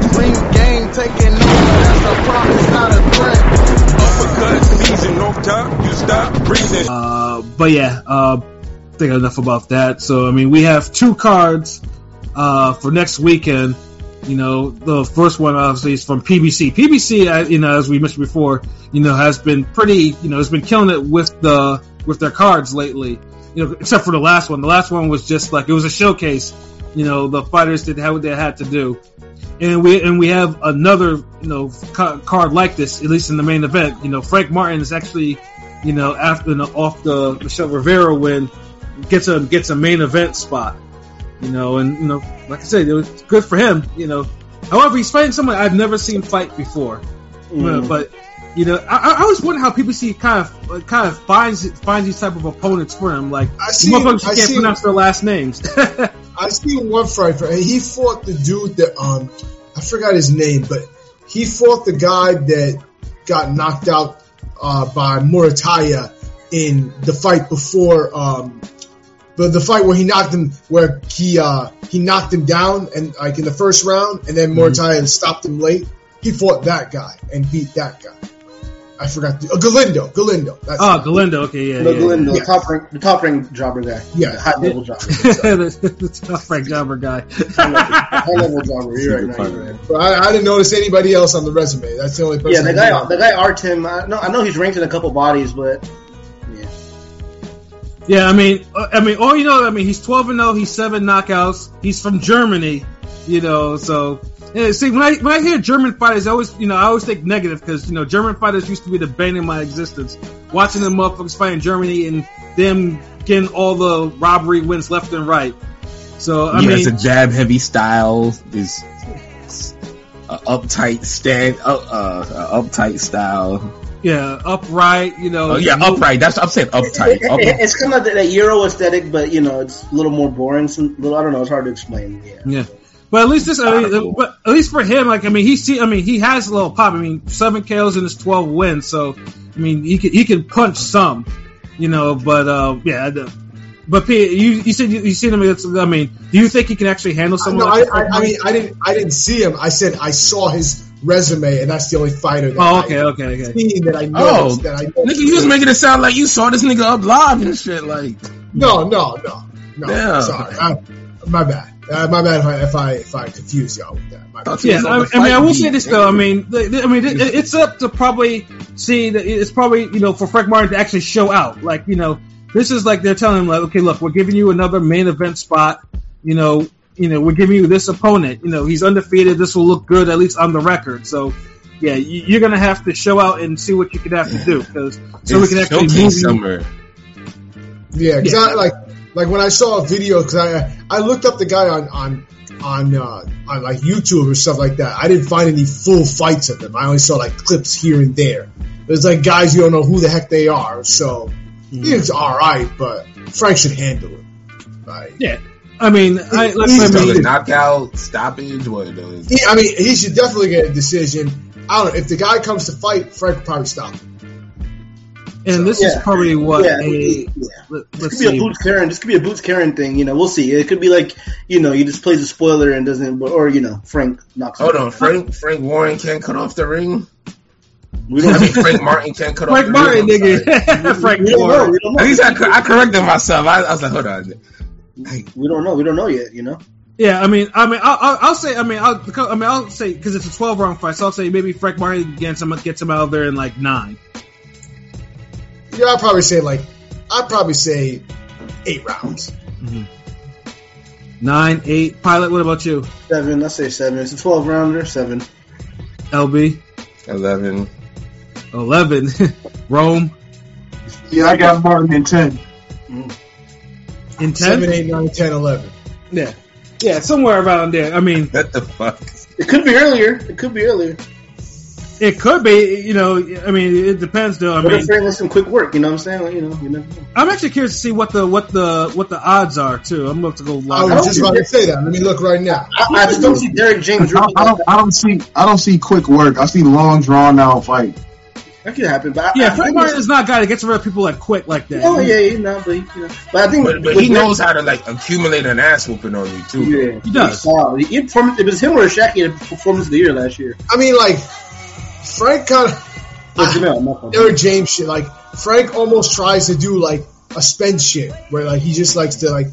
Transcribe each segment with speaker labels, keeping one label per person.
Speaker 1: Ring game taking over, that's a promise, not a threat.
Speaker 2: Uppercuts, knees, and no top. You stop breathing.
Speaker 3: Uh, but yeah, uh, I think enough about that. So I mean, we have two cards uh, for next weekend. You know, the first one obviously is from PBC. PBC, I- uh, you know, as we mentioned before, you know, has been pretty, you know, has been killing it with the with their cards lately. You know, except for the last one. The last one was just like it was a showcase. You know, the fighters did how they had to do, and we and we have another you know ca- card like this at least in the main event. You know, Frank Martin is actually, you know, after you know, off the Michelle Rivera win, gets a gets a main event spot. You know, and you know, like I said, it was good for him. You know, however, he's fighting someone I've never seen fight before. Uh, But you know, I, I- I always wonder how PBC kind of uh, kind of finds finds these type of opponents for him. Like
Speaker 4: I
Speaker 3: these
Speaker 4: seen-
Speaker 3: motherfuckers
Speaker 4: I
Speaker 3: can't
Speaker 4: seen-
Speaker 3: pronounce their last names.
Speaker 4: I seen one fight, and he fought the dude that um, I forgot his name, but he fought the guy that got knocked out uh, by Murataya in the fight before um, the the fight where he knocked him, where he uh, he knocked him down and like in the first round, and then
Speaker 5: Mm-hmm.
Speaker 4: Murataya stopped him late. He fought that guy and beat that guy. I forgot the, uh, Galindo. Galindo. That's
Speaker 3: oh, Galindo. Okay, yeah,
Speaker 5: The
Speaker 3: yeah.
Speaker 5: Galindo,
Speaker 4: yeah.
Speaker 5: top rank, the top rank jobber guy.
Speaker 4: Yeah.
Speaker 5: The high level jobber.
Speaker 3: the, the top Frank Jobber guy.
Speaker 5: high level jobber. You're right.
Speaker 2: Secret
Speaker 5: No,
Speaker 2: fighter.
Speaker 5: you're right.
Speaker 4: But I, I didn't notice anybody else on the resume. That's the only person.
Speaker 5: Yeah, the
Speaker 4: I knew.
Speaker 5: guy, the guy Artem. I know, I know he's ranked in a couple bodies, but
Speaker 3: Yeah, I mean, uh, I mean, all you know, I mean, he's twelve and zero. He's seven knockouts. He's from Germany, you know. So, yeah, see, when I when I hear German fighters, I always, you know, I always think negative because you know German fighters used to be the bane of my existence. Watching them motherfuckers fight in Germany and them getting all the robbery wins left and right. So, I
Speaker 2: he
Speaker 3: mean,
Speaker 2: has a jab heavy style. This uh, uptight stand, uh, uh, uh, uptight style.
Speaker 3: yeah, upright, you know,
Speaker 2: Oh yeah,
Speaker 3: no-
Speaker 2: upright. That's I'm saying uptight.
Speaker 5: it, it-
Speaker 2: Up-
Speaker 5: it's kind of that, that Euro aesthetic, but you know, it's a little more boring. Some, little, I don't know. It's hard to explain. Yeah.
Speaker 3: Yeah. But at least this, I mean,
Speaker 2: Cool.
Speaker 3: but at least for him, like I mean, he see, I mean, he has a little pop. I mean, seven KOs in his twelve wins, so I mean, he can he can punch some, you know. But uh, yeah, I know. but P, you you said you, you seen him. It's, I mean, do you think he can actually handle someone?
Speaker 4: No, I,
Speaker 3: like
Speaker 4: I, I mean, I didn't, I didn't see him. I said I saw his resume, and that's the only fighter. That
Speaker 3: oh, okay,
Speaker 4: I
Speaker 3: okay, okay.
Speaker 4: Seen that I
Speaker 2: Oh,
Speaker 4: noticed. that I
Speaker 2: nigga, you was making it sound like you saw this nigga up live and shit. Like,
Speaker 4: no, no, no, no.
Speaker 2: Yeah.
Speaker 4: Sorry, I, my bad. Uh, my bad if I if I, if I confused y'all with that. My bad.
Speaker 2: Thought you
Speaker 3: Yeah,
Speaker 2: was on
Speaker 3: I,
Speaker 2: the
Speaker 3: I mean, I
Speaker 2: fight
Speaker 3: will
Speaker 2: beat.
Speaker 3: say
Speaker 5: eh?
Speaker 3: this though. I mean, the, the- I mean, it, it's up to probably see that it's probably you know for Frank Martin to actually show out. Like you know, this is like they're telling him like, okay, look, we're giving you another main event spot. You know, you know, we're giving you this opponent. You know, he's undefeated. This will look good at least on the record. So. Yeah, you- you're gonna have to show out and see what you can have to do, because so we
Speaker 2: It's
Speaker 3: can actually
Speaker 2: showcase
Speaker 3: move you.
Speaker 2: summer.
Speaker 4: Yeah, cause
Speaker 3: Yeah.
Speaker 4: I, like like when I saw a video, because I I looked up the guy on on on uh, on like YouTube or stuff like that. I didn't find any full fights of him. I only saw like clips here and there. There's like guys you don't know who the heck they are. So
Speaker 3: Mm-hmm.
Speaker 4: it's all right, but Frank should handle it. Like,
Speaker 3: Yeah, I mean, I, like,
Speaker 4: He's
Speaker 3: I
Speaker 2: So the
Speaker 3: mean,
Speaker 2: knockout stoppage. What it is?
Speaker 4: he, I mean, he should definitely get a decision. I don't know if the guy comes to fight, Frank will probably stop him.
Speaker 3: and this
Speaker 5: Yeah.
Speaker 3: is probably what
Speaker 5: yeah,
Speaker 3: a,
Speaker 5: yeah.
Speaker 3: let,
Speaker 5: This
Speaker 3: us
Speaker 5: could be a
Speaker 3: see.
Speaker 5: boots Karen. This could be a boots Karen thing. You know, we'll see. It could be like you know, he just plays a spoiler and doesn't, or you know, Frank knocks. him
Speaker 2: Hold
Speaker 5: out.
Speaker 2: on, Frank Frank Warren can't cut off the ring.
Speaker 5: We don't.
Speaker 2: I mean, Frank Martin can't cut
Speaker 3: Frank
Speaker 2: off the
Speaker 3: Martin,
Speaker 2: ring. I'm sorry.
Speaker 3: nigga, Frank
Speaker 5: we don't know.
Speaker 3: Warren.
Speaker 5: We don't know.
Speaker 2: At least I, cor- I corrected myself. I, I was like, hold on.
Speaker 5: We don't know. We don't know yet. You know.
Speaker 3: Yeah, I mean, I mean, I'll, I'll, I'll say, I mean, I'll, I mean, I'll say because it's a twelve round fight, so I'll say maybe Frank Martin gets him gets him out of there in like nine.
Speaker 4: Yeah, I'd probably say like I'd probably say eight rounds.
Speaker 3: Nine, eight. Pilot, what about you,
Speaker 5: Seven. Let's say seven. It's a twelve rounder. Seven.
Speaker 3: LB?
Speaker 2: 11.
Speaker 3: Eleven, Rome
Speaker 6: Yeah, I got Martin in ten.
Speaker 3: in ten.
Speaker 4: Seven, eight, nine, ten, eleven.
Speaker 3: Yeah, yeah, somewhere around there. I mean,
Speaker 2: What the fuck?
Speaker 5: It could be earlier. It could be earlier.
Speaker 3: it could be, you know, I mean, it depends though. I
Speaker 5: What
Speaker 3: mean,
Speaker 5: if Frank wants some quick work? You know what I'm saying? Like, you know. You never know.
Speaker 3: I'm actually curious to see what the what the what the odds are too. I'm going to
Speaker 6: Oh,
Speaker 3: go.
Speaker 4: I
Speaker 3: Live.
Speaker 4: was just about to say that. Let me look right now.
Speaker 5: I, I just don't see Derek
Speaker 6: I
Speaker 5: James.
Speaker 6: don't, I don't, I don't see, I don't see quick work. I see long, drawn out fight.
Speaker 5: That could happen, but I-
Speaker 3: Yeah,
Speaker 5: I
Speaker 3: Frank
Speaker 5: think
Speaker 3: Martin
Speaker 5: it's-
Speaker 3: is not a guy that gets rid of people like quick like that.
Speaker 5: Oh yeah, you know, but, you know, but I think
Speaker 2: But, but
Speaker 5: with
Speaker 2: he
Speaker 5: Rick-
Speaker 2: knows how to like accumulate an ass whooping on you too.
Speaker 5: Yeah,
Speaker 3: He does.
Speaker 5: Wow, he performed, it was him or Shaq in performance of the year last year.
Speaker 4: I mean, like Frank kind of
Speaker 5: Or Jamel, not Frank.
Speaker 4: Eric James shit. Like Frank almost tries to do like a spend shit, where like he just likes to like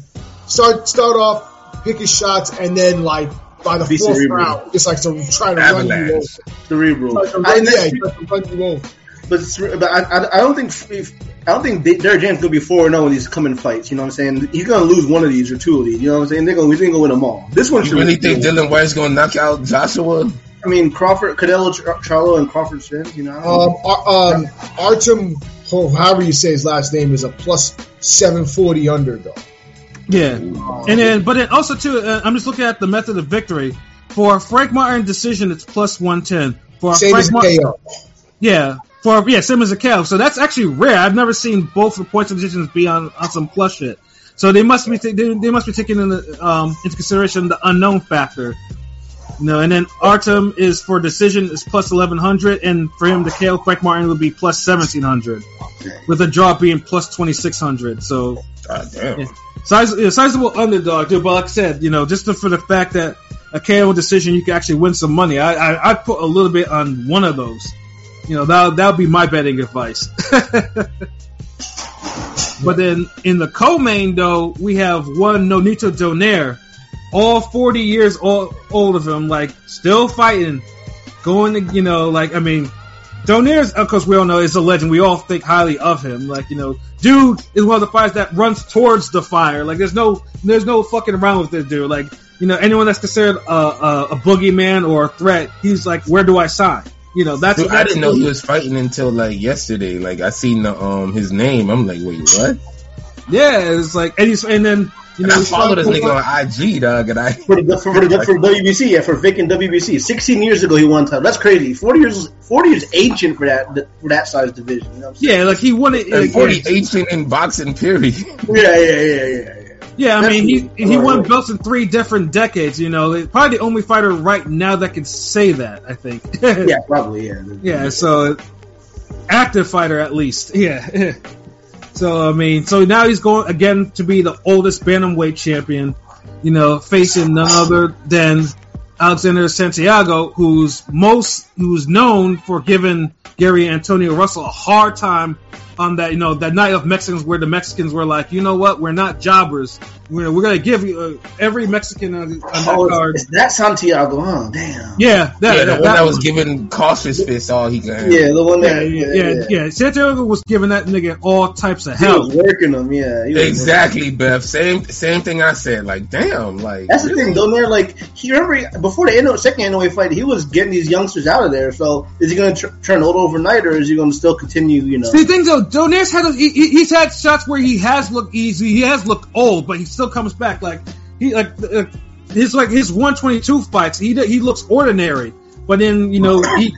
Speaker 4: start start off, pick his shots, and then like by the
Speaker 5: Be
Speaker 4: fourth
Speaker 5: cerebral.
Speaker 4: round, just like to try to run you over.
Speaker 2: Avalanche.
Speaker 5: cerebral.
Speaker 4: Try to
Speaker 5: I-
Speaker 4: run- yeah, try to run you over.
Speaker 5: But, it's- but I, I, I don't think if, I don't think Derrick James gonna be four and zero in these coming fights. You know what I'm saying? He's gonna lose one of these or two of these. You know what I'm saying? They're gonna he's gonna win them all. This one
Speaker 2: You
Speaker 5: should
Speaker 2: really
Speaker 5: be-
Speaker 2: think Dylan White's gonna knock out Joshua?
Speaker 5: I mean Crawford, Cadell, Char- Charlo, and Crawford Sims. You know, I don't-
Speaker 4: Um, Ar- um, Artem, or however you say his last name, is a plus 740 underdog.
Speaker 3: Yeah, and then but then also too, uh, I'm just looking at the method of victory for a Frank Martin decision. It's plus one ten for a
Speaker 4: Same
Speaker 3: Frank
Speaker 4: as
Speaker 3: Martin.
Speaker 4: KO.
Speaker 3: Yeah, for yeah, same as a cow. So that's actually rare. I've never seen both the points of decisions be on, on some plus shit. So they must be ta- they, they must be taking in the, um, into consideration the unknown factor. You know, and then Artem is for decision is plus eleven hundred, and for him the KO Frank Martin would be plus seventeen hundred, with a draw being plus twenty six hundred. So
Speaker 2: God damn.
Speaker 3: Yeah. Size, yeah, sizable underdog, dude. But like I said, you know, just for the fact that a KO decision, you can actually win some money. I, I, I put a little bit on one of those. You know, that that would be my betting advice. but then in the co-main though, we have one Nonito Donaire, all forty years old, old of him, like still fighting, going to you know, like I mean, Donaire's, of course, we all know is a legend. We all think highly of him. Like you know, dude is one of the fighters that runs towards the fire. Like there's no there's no fucking around with this dude. Like you know, anyone that's considered a, a, a boogeyman or a threat, he's like, where do I sign? You know, that's
Speaker 2: Dude, I didn't know he was fighting until like yesterday. Like I seen the, um his name. I'm like, wait, what?
Speaker 3: Yeah, it's like and he's and then you
Speaker 2: And
Speaker 3: know
Speaker 2: I
Speaker 3: he's
Speaker 2: follow this
Speaker 3: trying to
Speaker 2: nigga
Speaker 3: pull up-
Speaker 2: on IG, dog, and I
Speaker 5: For, the, for, the, for WBC, yeah, for Vic and WBC, sixteen years ago he won title. That's crazy. Forty years, forty years ancient for that for that size division. You know what I'm saying?
Speaker 3: Yeah, like he won it.
Speaker 2: and
Speaker 3: like,
Speaker 2: 40 ancient in boxing period.
Speaker 5: Yeah, yeah, yeah, yeah, yeah.
Speaker 3: Yeah, I mean he he
Speaker 5: Right,
Speaker 3: won
Speaker 5: right.
Speaker 3: belts in three different decades. You know, probably the only fighter right now that can say that. I think.
Speaker 5: Yeah, probably. Yeah.
Speaker 3: Yeah, so active fighter at least. Yeah. so I mean, so now he's going again to be the oldest bantamweight champion. You know, facing none other than Alexander Santiago, who's most who's known for giving Gary Antonio Russell a hard time on that you know that night of Mexicans where the Mexicans were like, you know what, we're not jobbers. We're, we're gonna give you uh, every Mexican on, on
Speaker 5: Oh,
Speaker 3: that
Speaker 5: it's-
Speaker 3: card.
Speaker 5: it's that Santiago, huh? Damn.
Speaker 3: Yeah, that,
Speaker 2: yeah, the
Speaker 3: that,
Speaker 2: one that
Speaker 3: one.
Speaker 2: was giving cautious fists all he could.
Speaker 5: Yeah, the one
Speaker 3: Yeah,
Speaker 5: that
Speaker 3: yeah, yeah, yeah. Santiago was giving that nigga all types of
Speaker 5: He
Speaker 3: hell.
Speaker 5: was working them, yeah. he was
Speaker 2: Exactly, Beth. Same same thing I said. Like, damn, like
Speaker 5: working. That's the
Speaker 2: really?
Speaker 5: thing, though. They're like, he remember before the NO, second NOA fight, he was getting these youngsters out of there. So is he going to tr- turn old overnight, or is he going to still continue? You know,
Speaker 3: See, the thing though, Donair's had a, he, he- he's had shots where he has looked easy, he has looked old, but he still comes back. Like he like uh, his like his one twenty two fights, he he looks ordinary, but then you know he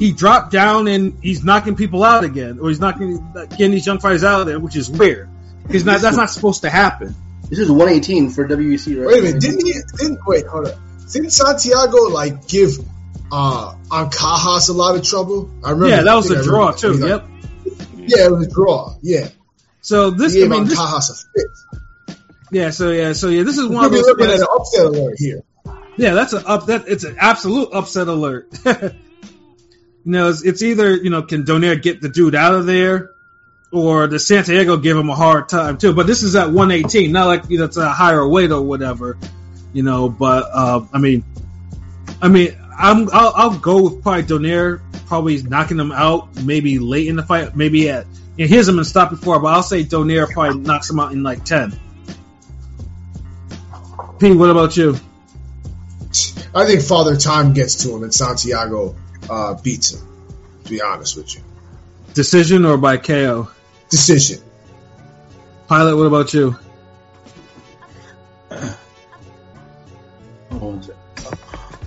Speaker 3: he dropped down and he's knocking people out again, or he's knocking getting these young fighters out of there, which is weird. Because not, that's not supposed to happen.
Speaker 5: this is one eighteen for WEC, right?
Speaker 4: Wait a minute, didn't he? Didn't wait? Hold up. Didn't Santiago like give uh Ancajas a lot of trouble? I remember.
Speaker 3: Yeah, that
Speaker 4: I
Speaker 3: was
Speaker 4: think
Speaker 3: a
Speaker 4: I
Speaker 3: draw
Speaker 4: remember.
Speaker 3: too.
Speaker 4: He, like-
Speaker 3: Yep.
Speaker 4: Yeah, it was a draw. Yeah,
Speaker 3: So this,
Speaker 4: he
Speaker 3: I
Speaker 4: gave
Speaker 3: mean, this,
Speaker 4: Ancajas a fit.
Speaker 3: yeah. So yeah, so yeah, this is one
Speaker 4: We'll
Speaker 3: of
Speaker 4: be
Speaker 3: those.
Speaker 4: looking
Speaker 3: things-
Speaker 4: at an upset alert here.
Speaker 3: Yeah, that's an up. That it's an absolute upset alert. you know, it's, it's either you know can Donaire get the dude out of there, or the Santiago give him a hard time too. But this is at 118, not like you know it's a higher weight or whatever. You know, but uh, I mean, I mean, I'm I'll, I'll go with probably Donaire probably knocking him out maybe late in the fight, maybe at and here's him and stop before, but I'll say Donaire probably knocks him out in like 10. P, what about you?
Speaker 4: I think Father Time gets to him and Santiago uh, beats him. To be honest with you,
Speaker 3: Decision or by KO?
Speaker 4: decision.
Speaker 3: Pilot, what about you?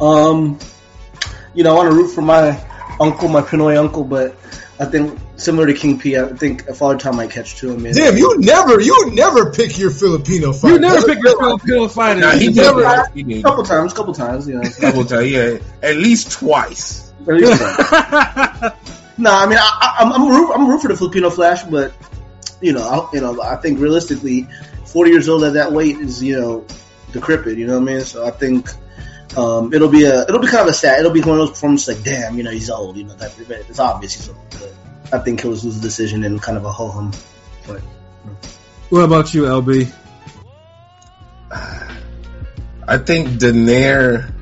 Speaker 5: Um, you know, I want to root for my uncle, my Pinoy uncle, but I think similar to King P, I think a father time might catch to him. man.
Speaker 4: Damn, you never, you never pick your Filipino fighter.
Speaker 3: You never pick your Filipino fighter.
Speaker 2: Nah, he
Speaker 3: You
Speaker 2: did
Speaker 3: never-
Speaker 2: that. He did
Speaker 5: a couple times, couple times, you know.
Speaker 2: double time, yeah. At least twice.
Speaker 5: At least once. No, I mean, I, I, I'm I'm root, I'm root for the Filipino Flash, but you know, I, you know, I think realistically, 40 years old at that weight is you know decrepit. You know what I mean? So I think um, it'll be a it'll be kind of a sad. It'll be one of those performances like, damn, you know, he's old. You know, type of, but it's obvious he's old. But I think he'll lose the decision and kind of a ho hum. But
Speaker 3: What about you, LB?
Speaker 2: I think Daenerys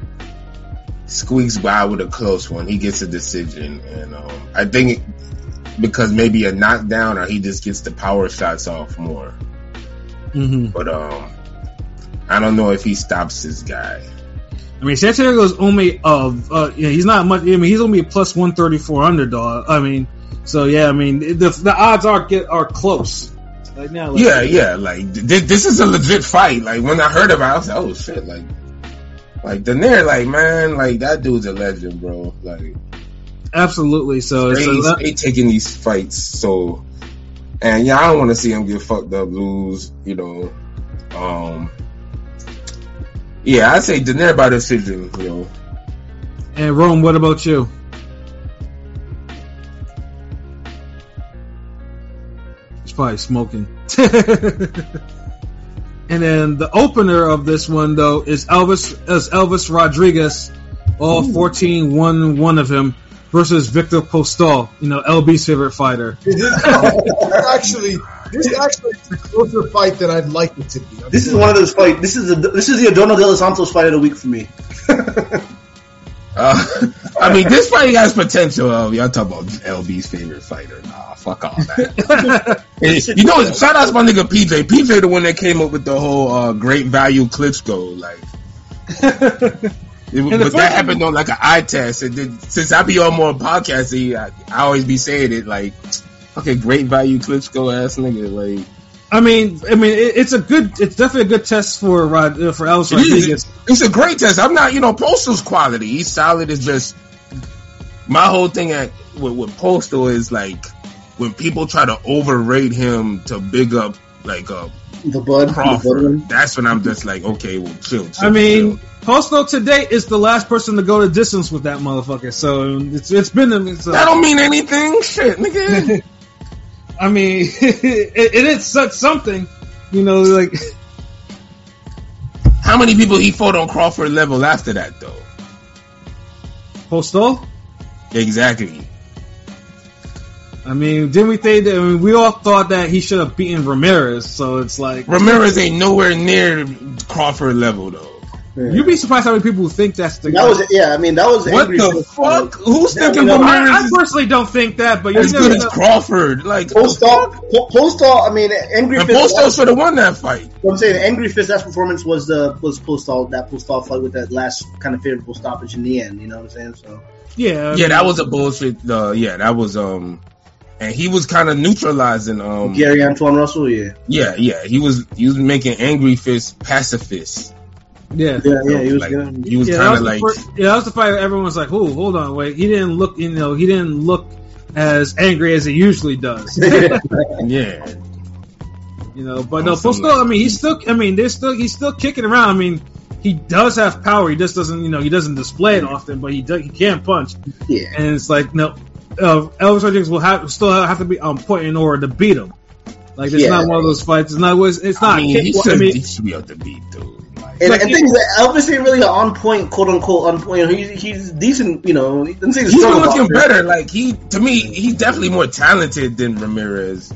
Speaker 2: squeaks by with a close one. He gets a decision, and um, I think because maybe a knockdown or he just gets the power shots off more.
Speaker 3: Mm-hmm.
Speaker 2: But um, I don't know if he stops this guy.
Speaker 3: I mean, Santiago's only of uh, yeah, he's not much. I mean, he's only a plus one thirty four underdog. I mean, so yeah, I mean the the odds are get are close. Like now, like,
Speaker 2: Yeah, yeah. Like th- this is a legit fight. Like when I heard about, it, I was like, oh shit. Like, like Daenerys, like man, like that dude's a legend, bro. Like
Speaker 3: absolutely. So it's
Speaker 2: they,
Speaker 3: a, le-
Speaker 2: they taking these fights so, and yeah, I don't want to see him get fucked up, lose. You know, um, yeah, I say Daenerys by decision. You know,
Speaker 3: and Rome, what about you? He's probably smoking. and then the opener of this one though is Elvis is Elvis Rodriguez, all 14 one one of him versus Victor Postal, you know, LB's favorite fighter.
Speaker 4: actually, this actually is a closer fight than I'd like it to be. I'm
Speaker 5: this is one of those fight. This is a, this is the Adorno de los Santos fight of the week for me.
Speaker 2: uh, I mean, this fight has potential. Uh, y'all talk about LB's favorite fighter. Nah, fuck all that. And you know, shout out to my nigga PJ. PJ, the one that came up with the whole uh, great value Klitschko. Like, it,
Speaker 3: the
Speaker 2: but
Speaker 3: first
Speaker 2: that
Speaker 3: thing-
Speaker 2: happened on like an eye test. And then, since I be on more podcasts, he- I, I always be saying it like, fucking great value Klitschko ass nigga. Like,
Speaker 3: I mean, I mean, it, it's a good, it's definitely a good test for Rod, uh, for Elvis
Speaker 2: it is.
Speaker 3: Rodriguez.
Speaker 2: It's, it's a great test. I'm not, you know, Postal's quality. He's solid. It's just my whole thing at with, with Postal is like when people try to overrate him to big up like a
Speaker 5: The Bud, the bud one.
Speaker 2: Crawford. That's when I'm just like, okay, well, chill. chill
Speaker 3: I mean,
Speaker 2: chill.
Speaker 3: Postal today is the last person to go to distance with that motherfucker. So it's it's been a- it's a-
Speaker 2: that don't mean anything. Shit, nigga.
Speaker 3: I mean, it, it is such something, you know. Like
Speaker 2: How many people he fought on Crawford level after that though?
Speaker 3: Postal.
Speaker 2: Exactly.
Speaker 3: I mean, didn't we think that? I mean, we all thought that he should have beaten Ramirez. So it's like
Speaker 2: Ramirez ain't nowhere near Crawford level though.
Speaker 5: Yeah.
Speaker 3: you'd be surprised how many people think that's the
Speaker 5: that was yeah. I mean, that was
Speaker 2: What
Speaker 5: angry
Speaker 2: the fuck? Who's
Speaker 5: Yeah,
Speaker 2: thinking
Speaker 5: you know,
Speaker 2: Ramirez
Speaker 3: I, I
Speaker 2: is
Speaker 3: personally don't think that, but you
Speaker 2: as
Speaker 3: never
Speaker 2: good as
Speaker 3: know.
Speaker 2: Crawford? Like,
Speaker 5: Post all, post all. I mean, angry.
Speaker 2: And
Speaker 5: Fist-
Speaker 2: Postal should have won that fight.
Speaker 5: What I'm saying the Angry Fist last performance was the was post all that post all fight with that last kind of favorable stoppage in the end. You know what I'm saying? So
Speaker 3: Yeah,
Speaker 2: Yeah, that was a bullshit. Uh, yeah, that was um, and he was kind of neutralizing. Um, yeah.
Speaker 5: Gary Antoine Russell, yeah,
Speaker 2: yeah, he was he was making angry fist pacifist.
Speaker 3: yeah.
Speaker 5: yeah, yeah, he was
Speaker 2: Like,
Speaker 5: good.
Speaker 2: he was
Speaker 3: Yeah, that
Speaker 2: kind
Speaker 3: was
Speaker 2: of
Speaker 3: the
Speaker 2: like
Speaker 3: fir- yeah, that was the fight. where Everyone was like, "Oh, hold on, wait." He didn't look, you know, he didn't look as angry as he usually does,
Speaker 2: yeah.
Speaker 3: you know. But no,
Speaker 2: Awesome.
Speaker 3: Postal. I mean, he's still. I mean, there's still. He's still kicking around. I mean, he does have power. He just doesn't, you know, he doesn't display it often, but he does, he can punch.
Speaker 5: yeah,
Speaker 3: And it's like, no, uh, Elvis Rodriguez will have still have to be on point in order to beat him. Like, it's
Speaker 5: Yeah.
Speaker 3: not one of those fights. It's not. It's, it's not.
Speaker 2: I mean, he
Speaker 3: kick-
Speaker 2: should,
Speaker 3: I mean,
Speaker 2: he should be able to beat dude. Like,
Speaker 5: and,
Speaker 3: like
Speaker 5: and
Speaker 3: he-
Speaker 5: things that Elvis ain't really an on point, quote unquote, on point. You know, he, he's decent, you know. He doesn't say he's
Speaker 2: he's
Speaker 5: strong
Speaker 2: been looking
Speaker 5: boxer.
Speaker 2: better. Like he, to me, he's definitely more talented than Ramirez.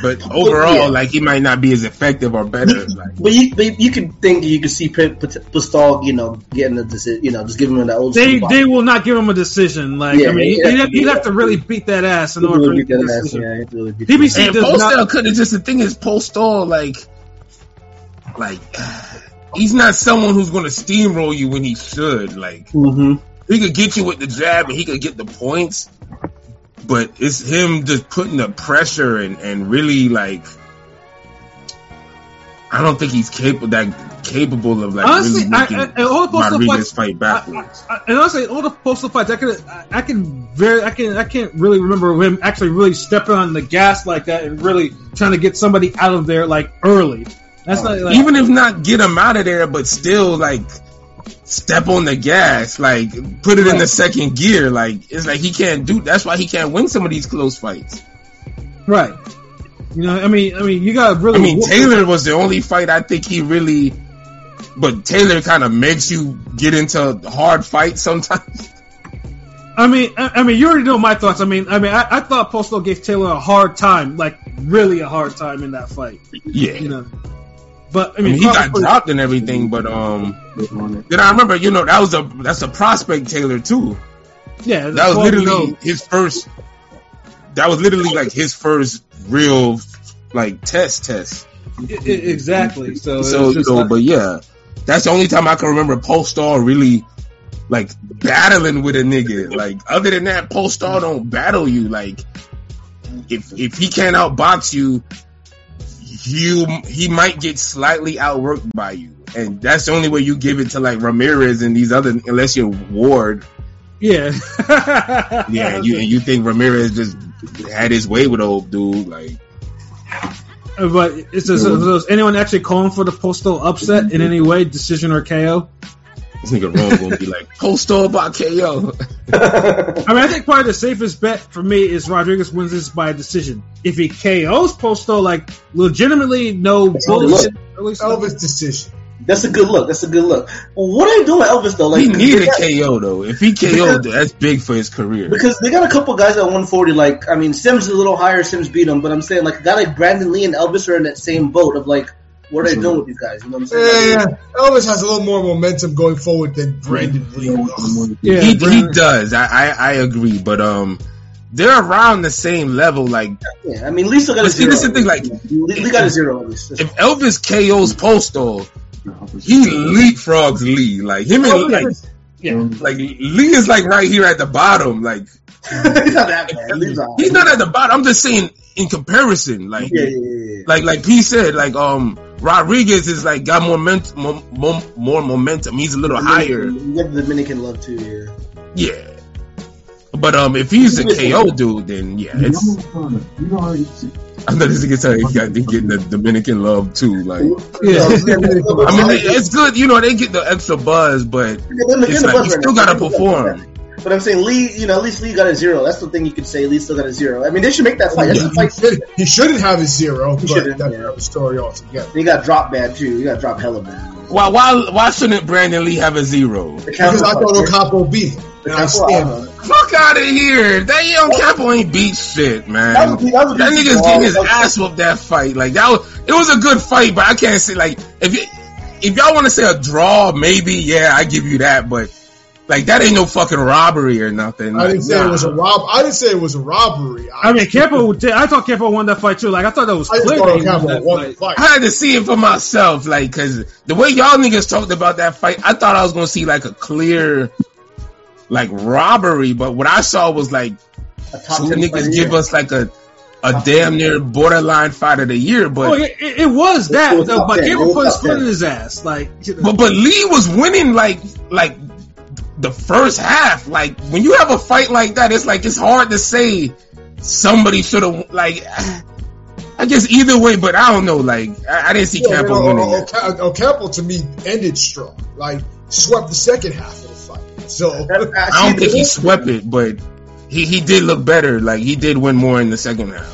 Speaker 2: But overall,
Speaker 5: yeah.
Speaker 2: like he might not be as effective or better. Like,
Speaker 5: But you, but you could think you could see P- P- Pistol, you know, getting the decision, you know, just giving him that old.
Speaker 3: they
Speaker 5: school box.
Speaker 3: they will not give him a decision. Like,
Speaker 5: Yeah,
Speaker 3: I mean,
Speaker 5: yeah,
Speaker 3: he'd,
Speaker 5: yeah.
Speaker 3: he'd have to really beat that ass in
Speaker 5: He'd
Speaker 3: order for
Speaker 5: really
Speaker 3: him
Speaker 5: beat
Speaker 3: to get a
Speaker 5: that ass,
Speaker 3: decision.
Speaker 5: yeah, he'd really beat
Speaker 3: PBC
Speaker 5: that ass.
Speaker 2: And
Speaker 3: does
Speaker 2: Postal
Speaker 3: not-
Speaker 2: could have just the thing is Postal like like he's not someone who's gonna steamroll you when he should. Like
Speaker 5: Mhm.
Speaker 2: he could get you with the jab and he could get the points, but it's him just putting the pressure and, and really like I don't think he's capable that capable of like
Speaker 3: Honestly,
Speaker 2: really
Speaker 3: I,
Speaker 2: making
Speaker 3: I, and all the postal fights,
Speaker 2: Rodriguez fight backwards.
Speaker 3: I, I, and honestly, all the postal fights, I can, I, I can very, I can, I can't really remember him actually really stepping on the gas like that and really trying to get somebody out of there like early. That's not like,
Speaker 2: Even if not get him out of there, but still like step on the gas, like put it in the second gear. Like it's like he can't do. That's why he can't win some of these close fights.
Speaker 3: Right. You know, I mean, I mean, you got to really.
Speaker 2: I mean,
Speaker 3: whoop-
Speaker 2: Taylor was the only fight I think he really. But Taylor kind of makes you get into hard fights sometimes.
Speaker 3: I mean, I, I mean, you already know my thoughts. I mean, I mean, I, I thought Postal gave Taylor a hard time, like really a hard time in that fight.
Speaker 2: Yeah,
Speaker 3: You know, but I
Speaker 2: I
Speaker 3: mean,
Speaker 2: mean he got
Speaker 3: probably-
Speaker 2: dropped and everything, but um, then I remember you know that was a that's a prospect Taylor too.
Speaker 3: Yeah,
Speaker 2: That was
Speaker 3: well,
Speaker 2: literally
Speaker 3: no.
Speaker 2: his first. That was literally like his first real like test test.
Speaker 3: I- I- e, exactly. So, it
Speaker 2: So
Speaker 3: was
Speaker 2: you
Speaker 3: just
Speaker 2: know,
Speaker 3: like-
Speaker 2: but yeah, that's the only time I can remember Polestar really like battling with a nigga. Like other than that, Polestar don't battle you. Like if if he can't outbox you, you he might get slightly outworked by you, and that's the only way you give it to like Ramirez and these other unless you're Ward.
Speaker 3: yeah,
Speaker 2: Yeah, and you and you think Ramirez just had his way with old dude like.
Speaker 3: But it's just, is anyone actually calling for the postal upset in any way, decision or KO?
Speaker 2: This nigga Rome gonna be like Postal by KO.
Speaker 3: I mean, I think probably the safest bet for me is Rodriguez wins this by decision. If he KOs Postal, like legitimately, no bullshit. At least
Speaker 4: Elvis decision.
Speaker 5: That's a good look. That's a good look. What are you doing, Elvis? Though, like
Speaker 2: He needed
Speaker 5: because-
Speaker 2: KO though. If he KO'd, that's big for his career.
Speaker 5: Because they got a couple guys at 140. Like, I mean, Sims is a little higher. Sims beat him, but I'm saying like a guy like Brandon Lee and Elvis are in that same boat of like, what are they doing with these guys? You know what I'm
Speaker 4: Yeah,
Speaker 5: saying?
Speaker 4: yeah, Elvis has a little more momentum going forward than Brandon Lee. Ugh.
Speaker 3: yeah,
Speaker 2: he, he
Speaker 3: Brandon-
Speaker 2: does. I, I I agree, but um, they're around the same level. Like
Speaker 5: Yeah, I mean, Lee still got
Speaker 2: But
Speaker 5: a
Speaker 2: see,
Speaker 5: zero.
Speaker 2: this is the thing, like-
Speaker 5: Lee, Lee got a zero at least.
Speaker 2: if Elvis KO's Postal, he leapfrogs Lee. Like him and like
Speaker 3: yeah.
Speaker 2: like Lee is like right here at the bottom. Like
Speaker 5: he's not that bad. Lee's all right.
Speaker 2: he's not at the bottom. I'm just saying in comparison. Like
Speaker 5: Yeah, yeah, yeah, yeah.
Speaker 2: like like P said, like um Rodriguez is like got more ment- mo- mo- more momentum. He's a little higher.
Speaker 5: You got the Dominican love too. Yeah.
Speaker 2: Yeah. But um, if he's a KO dude, then yeah, it's, I know this nigga saying he got they getting the Dominican love too. Like,
Speaker 3: Yeah.
Speaker 2: I mean, they- it's good, you know, they get the extra buzz, but it's like you still gotta perform.
Speaker 5: But I'm saying Lee, you know, at least Lee got a zero. That's the thing you could say. Lee still got a zero. I mean, they should make that fight. That's the
Speaker 2: Yeah.
Speaker 5: fight.
Speaker 4: He- He shouldn't have a zero, but that's
Speaker 5: shouldn't, yeah.
Speaker 4: another story altogether.
Speaker 5: They got dropped bad too. You got dropped hella bad.
Speaker 2: Why, why, why shouldn't Brandon Lee have a zero?
Speaker 5: The
Speaker 4: Because I thought
Speaker 5: counterpart-
Speaker 4: Capo beat him,
Speaker 5: the
Speaker 4: and I stand by
Speaker 5: counterpart-
Speaker 4: it.
Speaker 2: Fuck out of here! That young Capo ain't beat shit,
Speaker 5: That
Speaker 2: man.
Speaker 5: was- that was-
Speaker 2: That nigga's getting his ass whooped that fight. Like that was, it was a good fight, but I can't say like if you, if y'all want to say a draw, maybe yeah, I give you that, but like that ain't no fucking robbery or nothing.
Speaker 4: I didn't
Speaker 2: Like,
Speaker 4: say it
Speaker 2: nah.
Speaker 4: was a rob. I didn't say it was a robbery.
Speaker 3: I mean, Campo. Did, I thought Campo won that fight too. Like I thought that was
Speaker 4: I just
Speaker 3: clear. that
Speaker 4: thought
Speaker 3: he won
Speaker 4: Capo
Speaker 3: that
Speaker 4: won the
Speaker 3: fight.
Speaker 4: fight.
Speaker 2: I had to see it for myself, like, cause the way y'all niggas talked about that fight, I thought I was gonna see like a clear, like robbery, but what I saw was like
Speaker 5: a top 10 fight
Speaker 2: two
Speaker 5: a
Speaker 2: niggas
Speaker 5: year.
Speaker 2: give us like a, a damn near borderline fight of the year,
Speaker 3: Oh,
Speaker 2: but
Speaker 3: yeah, it, it was that,
Speaker 5: It was
Speaker 3: though,
Speaker 5: up
Speaker 3: but
Speaker 5: there. It was
Speaker 3: Capo put his
Speaker 5: up
Speaker 3: foot
Speaker 5: there.
Speaker 3: in his ass. Like, you know.
Speaker 2: but but Lee was winning like like the first half. Like when you have a fight like that, it's like it's hard to say somebody should have like. I guess either way, but I don't know. Like I, I didn't see
Speaker 4: Yeah,
Speaker 2: Campbell
Speaker 4: you
Speaker 2: winning.
Speaker 4: know,
Speaker 2: that.
Speaker 4: Oca- Ocampo to me ended strong, like swept the second half of the fight. So
Speaker 2: I don't think he swept it, but he, he did look better. Like he did win more in the second round.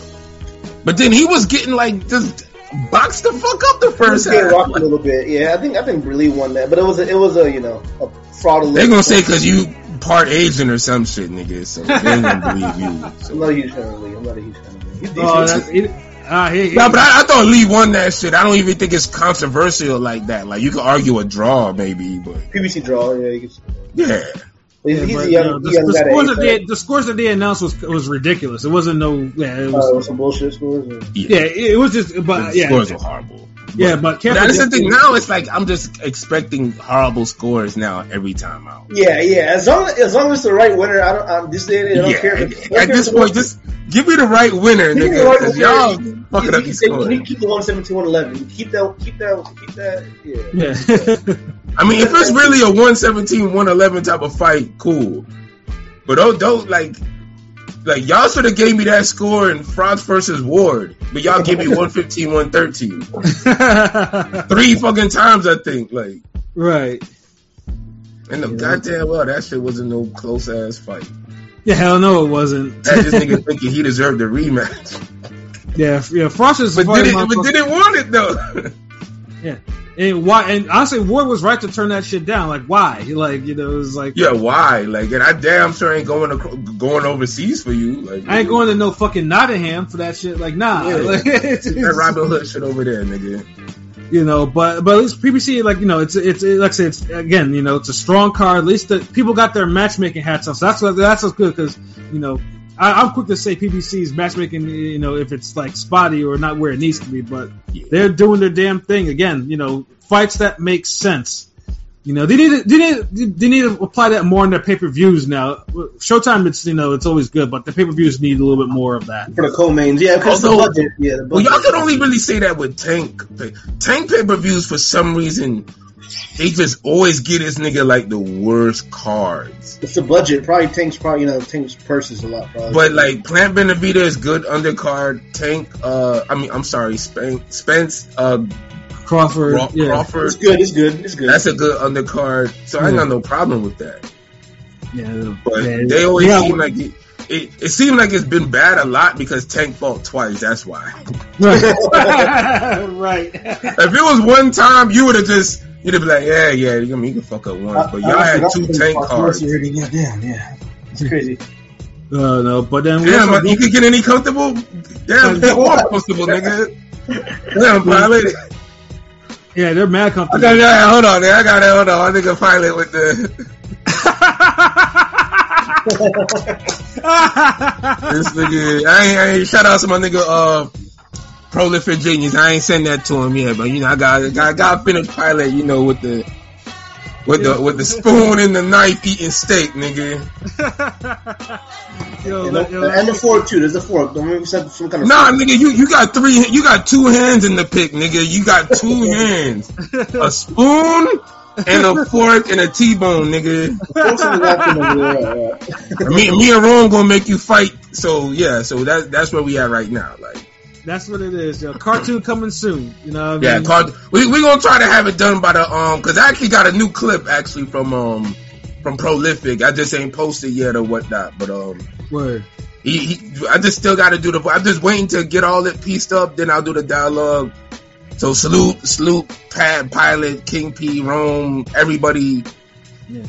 Speaker 2: But then he was getting like just boxed the fuck up the
Speaker 5: He was
Speaker 2: first
Speaker 5: getting rocked
Speaker 2: half.
Speaker 5: a little bit. Yeah, I think I think Lee won that, but it was a, it was a you know a fraudulent.
Speaker 2: They're gonna say because you part Asian or some shit, nigga. So they ain't gonna believe you. So.
Speaker 5: I'm not a huge fan of Lee. I'm not a huge fan of Lee. He's
Speaker 3: oh,
Speaker 5: decent.
Speaker 3: that's, it, ah, he, he,
Speaker 2: Nah, but I, I thought Lee won that shit. I don't even think it's controversial like that. Like you could argue a draw maybe, but
Speaker 5: PBC draw. Yeah, you can,
Speaker 2: yeah.
Speaker 5: he's,
Speaker 3: Yeah,
Speaker 5: he's
Speaker 3: but,
Speaker 5: a young,
Speaker 3: you know, the,
Speaker 5: young
Speaker 3: the
Speaker 5: guy. that
Speaker 3: scores
Speaker 5: ain't
Speaker 3: that they,
Speaker 5: fast.
Speaker 3: the scores that they announced was was ridiculous. It wasn't no yeah, it
Speaker 5: Uh,
Speaker 2: Oh.
Speaker 3: was
Speaker 5: some bullshit scores. and-
Speaker 3: yeah, it it was just
Speaker 2: The
Speaker 3: but yeah,
Speaker 2: scores were horrible.
Speaker 3: yeah, but Campbell
Speaker 2: Now, that's the
Speaker 3: did-
Speaker 2: thing. Now it's like I'm just expecting horrible scores now every time out.
Speaker 5: Yeah, yeah. As long as long as it's the right winner, I don't. I'm just saying. I don't
Speaker 2: yeah,
Speaker 5: care.
Speaker 2: at,
Speaker 5: I don't
Speaker 2: at
Speaker 5: care
Speaker 2: this
Speaker 5: if it's-
Speaker 2: point, just give me the right winner,
Speaker 5: Give me
Speaker 2: nigga.
Speaker 5: the right
Speaker 2: 'cause
Speaker 5: winner.
Speaker 2: y'all
Speaker 5: you, you can
Speaker 2: fucking up the
Speaker 5: say- you need to
Speaker 2: score.
Speaker 5: keep the 117, 111. Keep that. Keep that. Keep that. Yeah.
Speaker 3: Yeah.
Speaker 2: I mean, if it's really a 117, 111 type of fight, cool. But don't, don't like, like y'all should have gave me that score in France versus Ward, but y'all gave me 115, 113. Three fucking times, I think. Like,
Speaker 3: right.
Speaker 2: And the
Speaker 3: Yeah.
Speaker 2: goddamn well, that shit wasn't no close ass fight.
Speaker 3: Yeah, hell no, it wasn't.
Speaker 2: That just nigga thinking he deserved a rematch.
Speaker 3: yeah, yeah. Frost is
Speaker 2: But
Speaker 3: fighting
Speaker 2: did it?
Speaker 3: my
Speaker 2: But
Speaker 3: fuck-
Speaker 2: did it want it though?
Speaker 3: and why? And honestly, Ward was right to turn that shit down. Like, why? He like, you know, it was like,
Speaker 2: yeah, why? Like, and I damn sure ain't going acro- going overseas for you. Like,
Speaker 3: I ain't going to no fucking Nottingham for that shit. Like, nah.
Speaker 2: Yeah.
Speaker 3: Like, it's-
Speaker 2: that Robin Hood shit over there, nigga.
Speaker 3: you know. But but at least PBC, like you know, it's it's it, like I said, it's again, you know, it's a strong card. At least the people got their matchmaking hats on, so that's what that's what's good because you know. I, I'm quick to say PBC's matchmaking, you know, if it's like spotty or not where it needs to be, but they're doing their damn thing again. You know, fights that make sense. You know, they need to, they need to- they need to apply that more in their pay per views now. Showtime, it's you know, it's always good, but the pay per views need a little bit more of that.
Speaker 5: for the co-mains. Yeah, because the
Speaker 2: Although-
Speaker 5: budget. Yeah, the
Speaker 2: Well,
Speaker 5: budget.
Speaker 2: y'all could only really say that with Tank. Tank pay per views for some reason, they just always get this nigga like the worst cards.
Speaker 5: It's the budget. Probably Tank's probably you know Tank's purses a lot. Probably.
Speaker 2: But like Plant Benavita is good undercard. Tank, uh, I mean, I'm sorry, Spen- Spence, uh,
Speaker 3: Crawford,
Speaker 2: Craw-
Speaker 3: yeah,
Speaker 2: Crawford.
Speaker 5: it's good. It's good. It's good.
Speaker 2: That's a good undercard. So I ain't got no problem with that.
Speaker 3: yeah,
Speaker 2: But
Speaker 3: yeah,
Speaker 2: they always
Speaker 3: yeah,
Speaker 2: seem like it, it. It seemed like it's been bad a lot because Tank fought twice. That's why.
Speaker 3: right. right.
Speaker 2: If it was one time, you would have just you'd have been like, yeah, yeah, you can- you can fuck up one. But y'all had two tank cards.
Speaker 5: Yeah, damn, yeah. It's crazy.
Speaker 3: Uh, no, but then we
Speaker 2: Damn,
Speaker 3: also-
Speaker 2: but you could get any comfortable? Damn, get more comfortable, nigga. Damn, pilot.
Speaker 3: yeah, they're mad
Speaker 2: I
Speaker 3: company.
Speaker 2: got that. Hold on, there. I got that. Hold on. I think a pilot with the this nigga. I ain't, I ain't shout out to my nigga. Uh, prolific genius. I ain't send that to him yet, but you know, I got I got, I got been a pilot. You know, with the with the with the spoon and the knife eating steak, nigga.
Speaker 3: yo,
Speaker 5: And, the-
Speaker 3: like, yo,
Speaker 5: and the fork too. There's a fork. Don't make some, some kind of.
Speaker 2: Nah, nigga, you, you got three, you got two hands in the pick, nigga. You got two hands, a spoon and a fork and a T-bone, nigga.
Speaker 5: Forks in the uh, napkin over there, yeah, yeah.
Speaker 2: Me, me and Ron gonna make you fight. So yeah, so that that's where we at right now. Like,
Speaker 3: that's what it is. Yo. Cartoon coming soon. You know. What I
Speaker 2: yeah,
Speaker 3: mean?
Speaker 2: card, we we gonna try to have it done by the um, cause I actually got a new clip actually from um from Prolific. I just ain't posted yet or whatnot, but um.
Speaker 3: Word.
Speaker 2: He, he, I just still got to do the. I'm just waiting to get all it pieced up. Then I'll do the dialogue. So salute, salute, Pat, Pilot, King P, Rome, everybody.
Speaker 3: Yeah.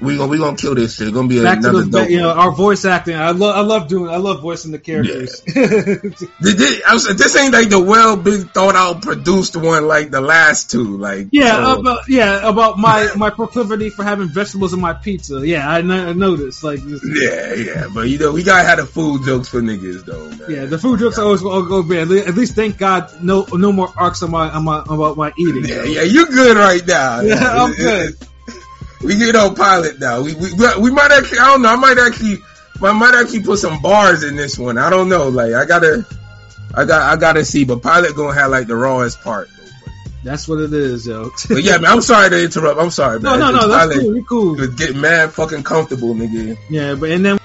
Speaker 2: We gonna we gonna kill this shit. Gonna be
Speaker 3: Back to
Speaker 2: another
Speaker 3: the
Speaker 2: dope.
Speaker 3: you know our voice acting. I love I love doing I love voicing the characters.
Speaker 2: This, this- I was- this ain't like the well big thought out produced one like the last two. Like
Speaker 3: yeah, uh,
Speaker 2: so-
Speaker 3: about yeah about my my proclivity for having vegetables in my pizza. Yeah, I, kn- I noticed like this,
Speaker 2: yeah, yeah. But you know we gotta have the food jokes for niggas though. Man.
Speaker 3: yeah the food jokes always will go bad. At le- At least thank God no no more arcs on my on my about my eating.
Speaker 2: Yeah, yeah, you good right now.
Speaker 3: Yeah, I'm good.
Speaker 2: We get on pilot now. We, we we- we might actually. I don't know. I might actually. I might actually put some bars in this one. I don't know. Like I gotta. I got. I gotta see. But pilot gonna have like the rawest part.
Speaker 3: That's what it is, yo.
Speaker 2: But yeah, man. I'm sorry to interrupt. I'm sorry,
Speaker 3: no,
Speaker 2: man.
Speaker 3: no,
Speaker 2: Just
Speaker 3: no, that's
Speaker 2: Pilot
Speaker 3: cool. We cool.
Speaker 2: was getting mad fucking comfortable, nigga.
Speaker 3: Yeah, but and then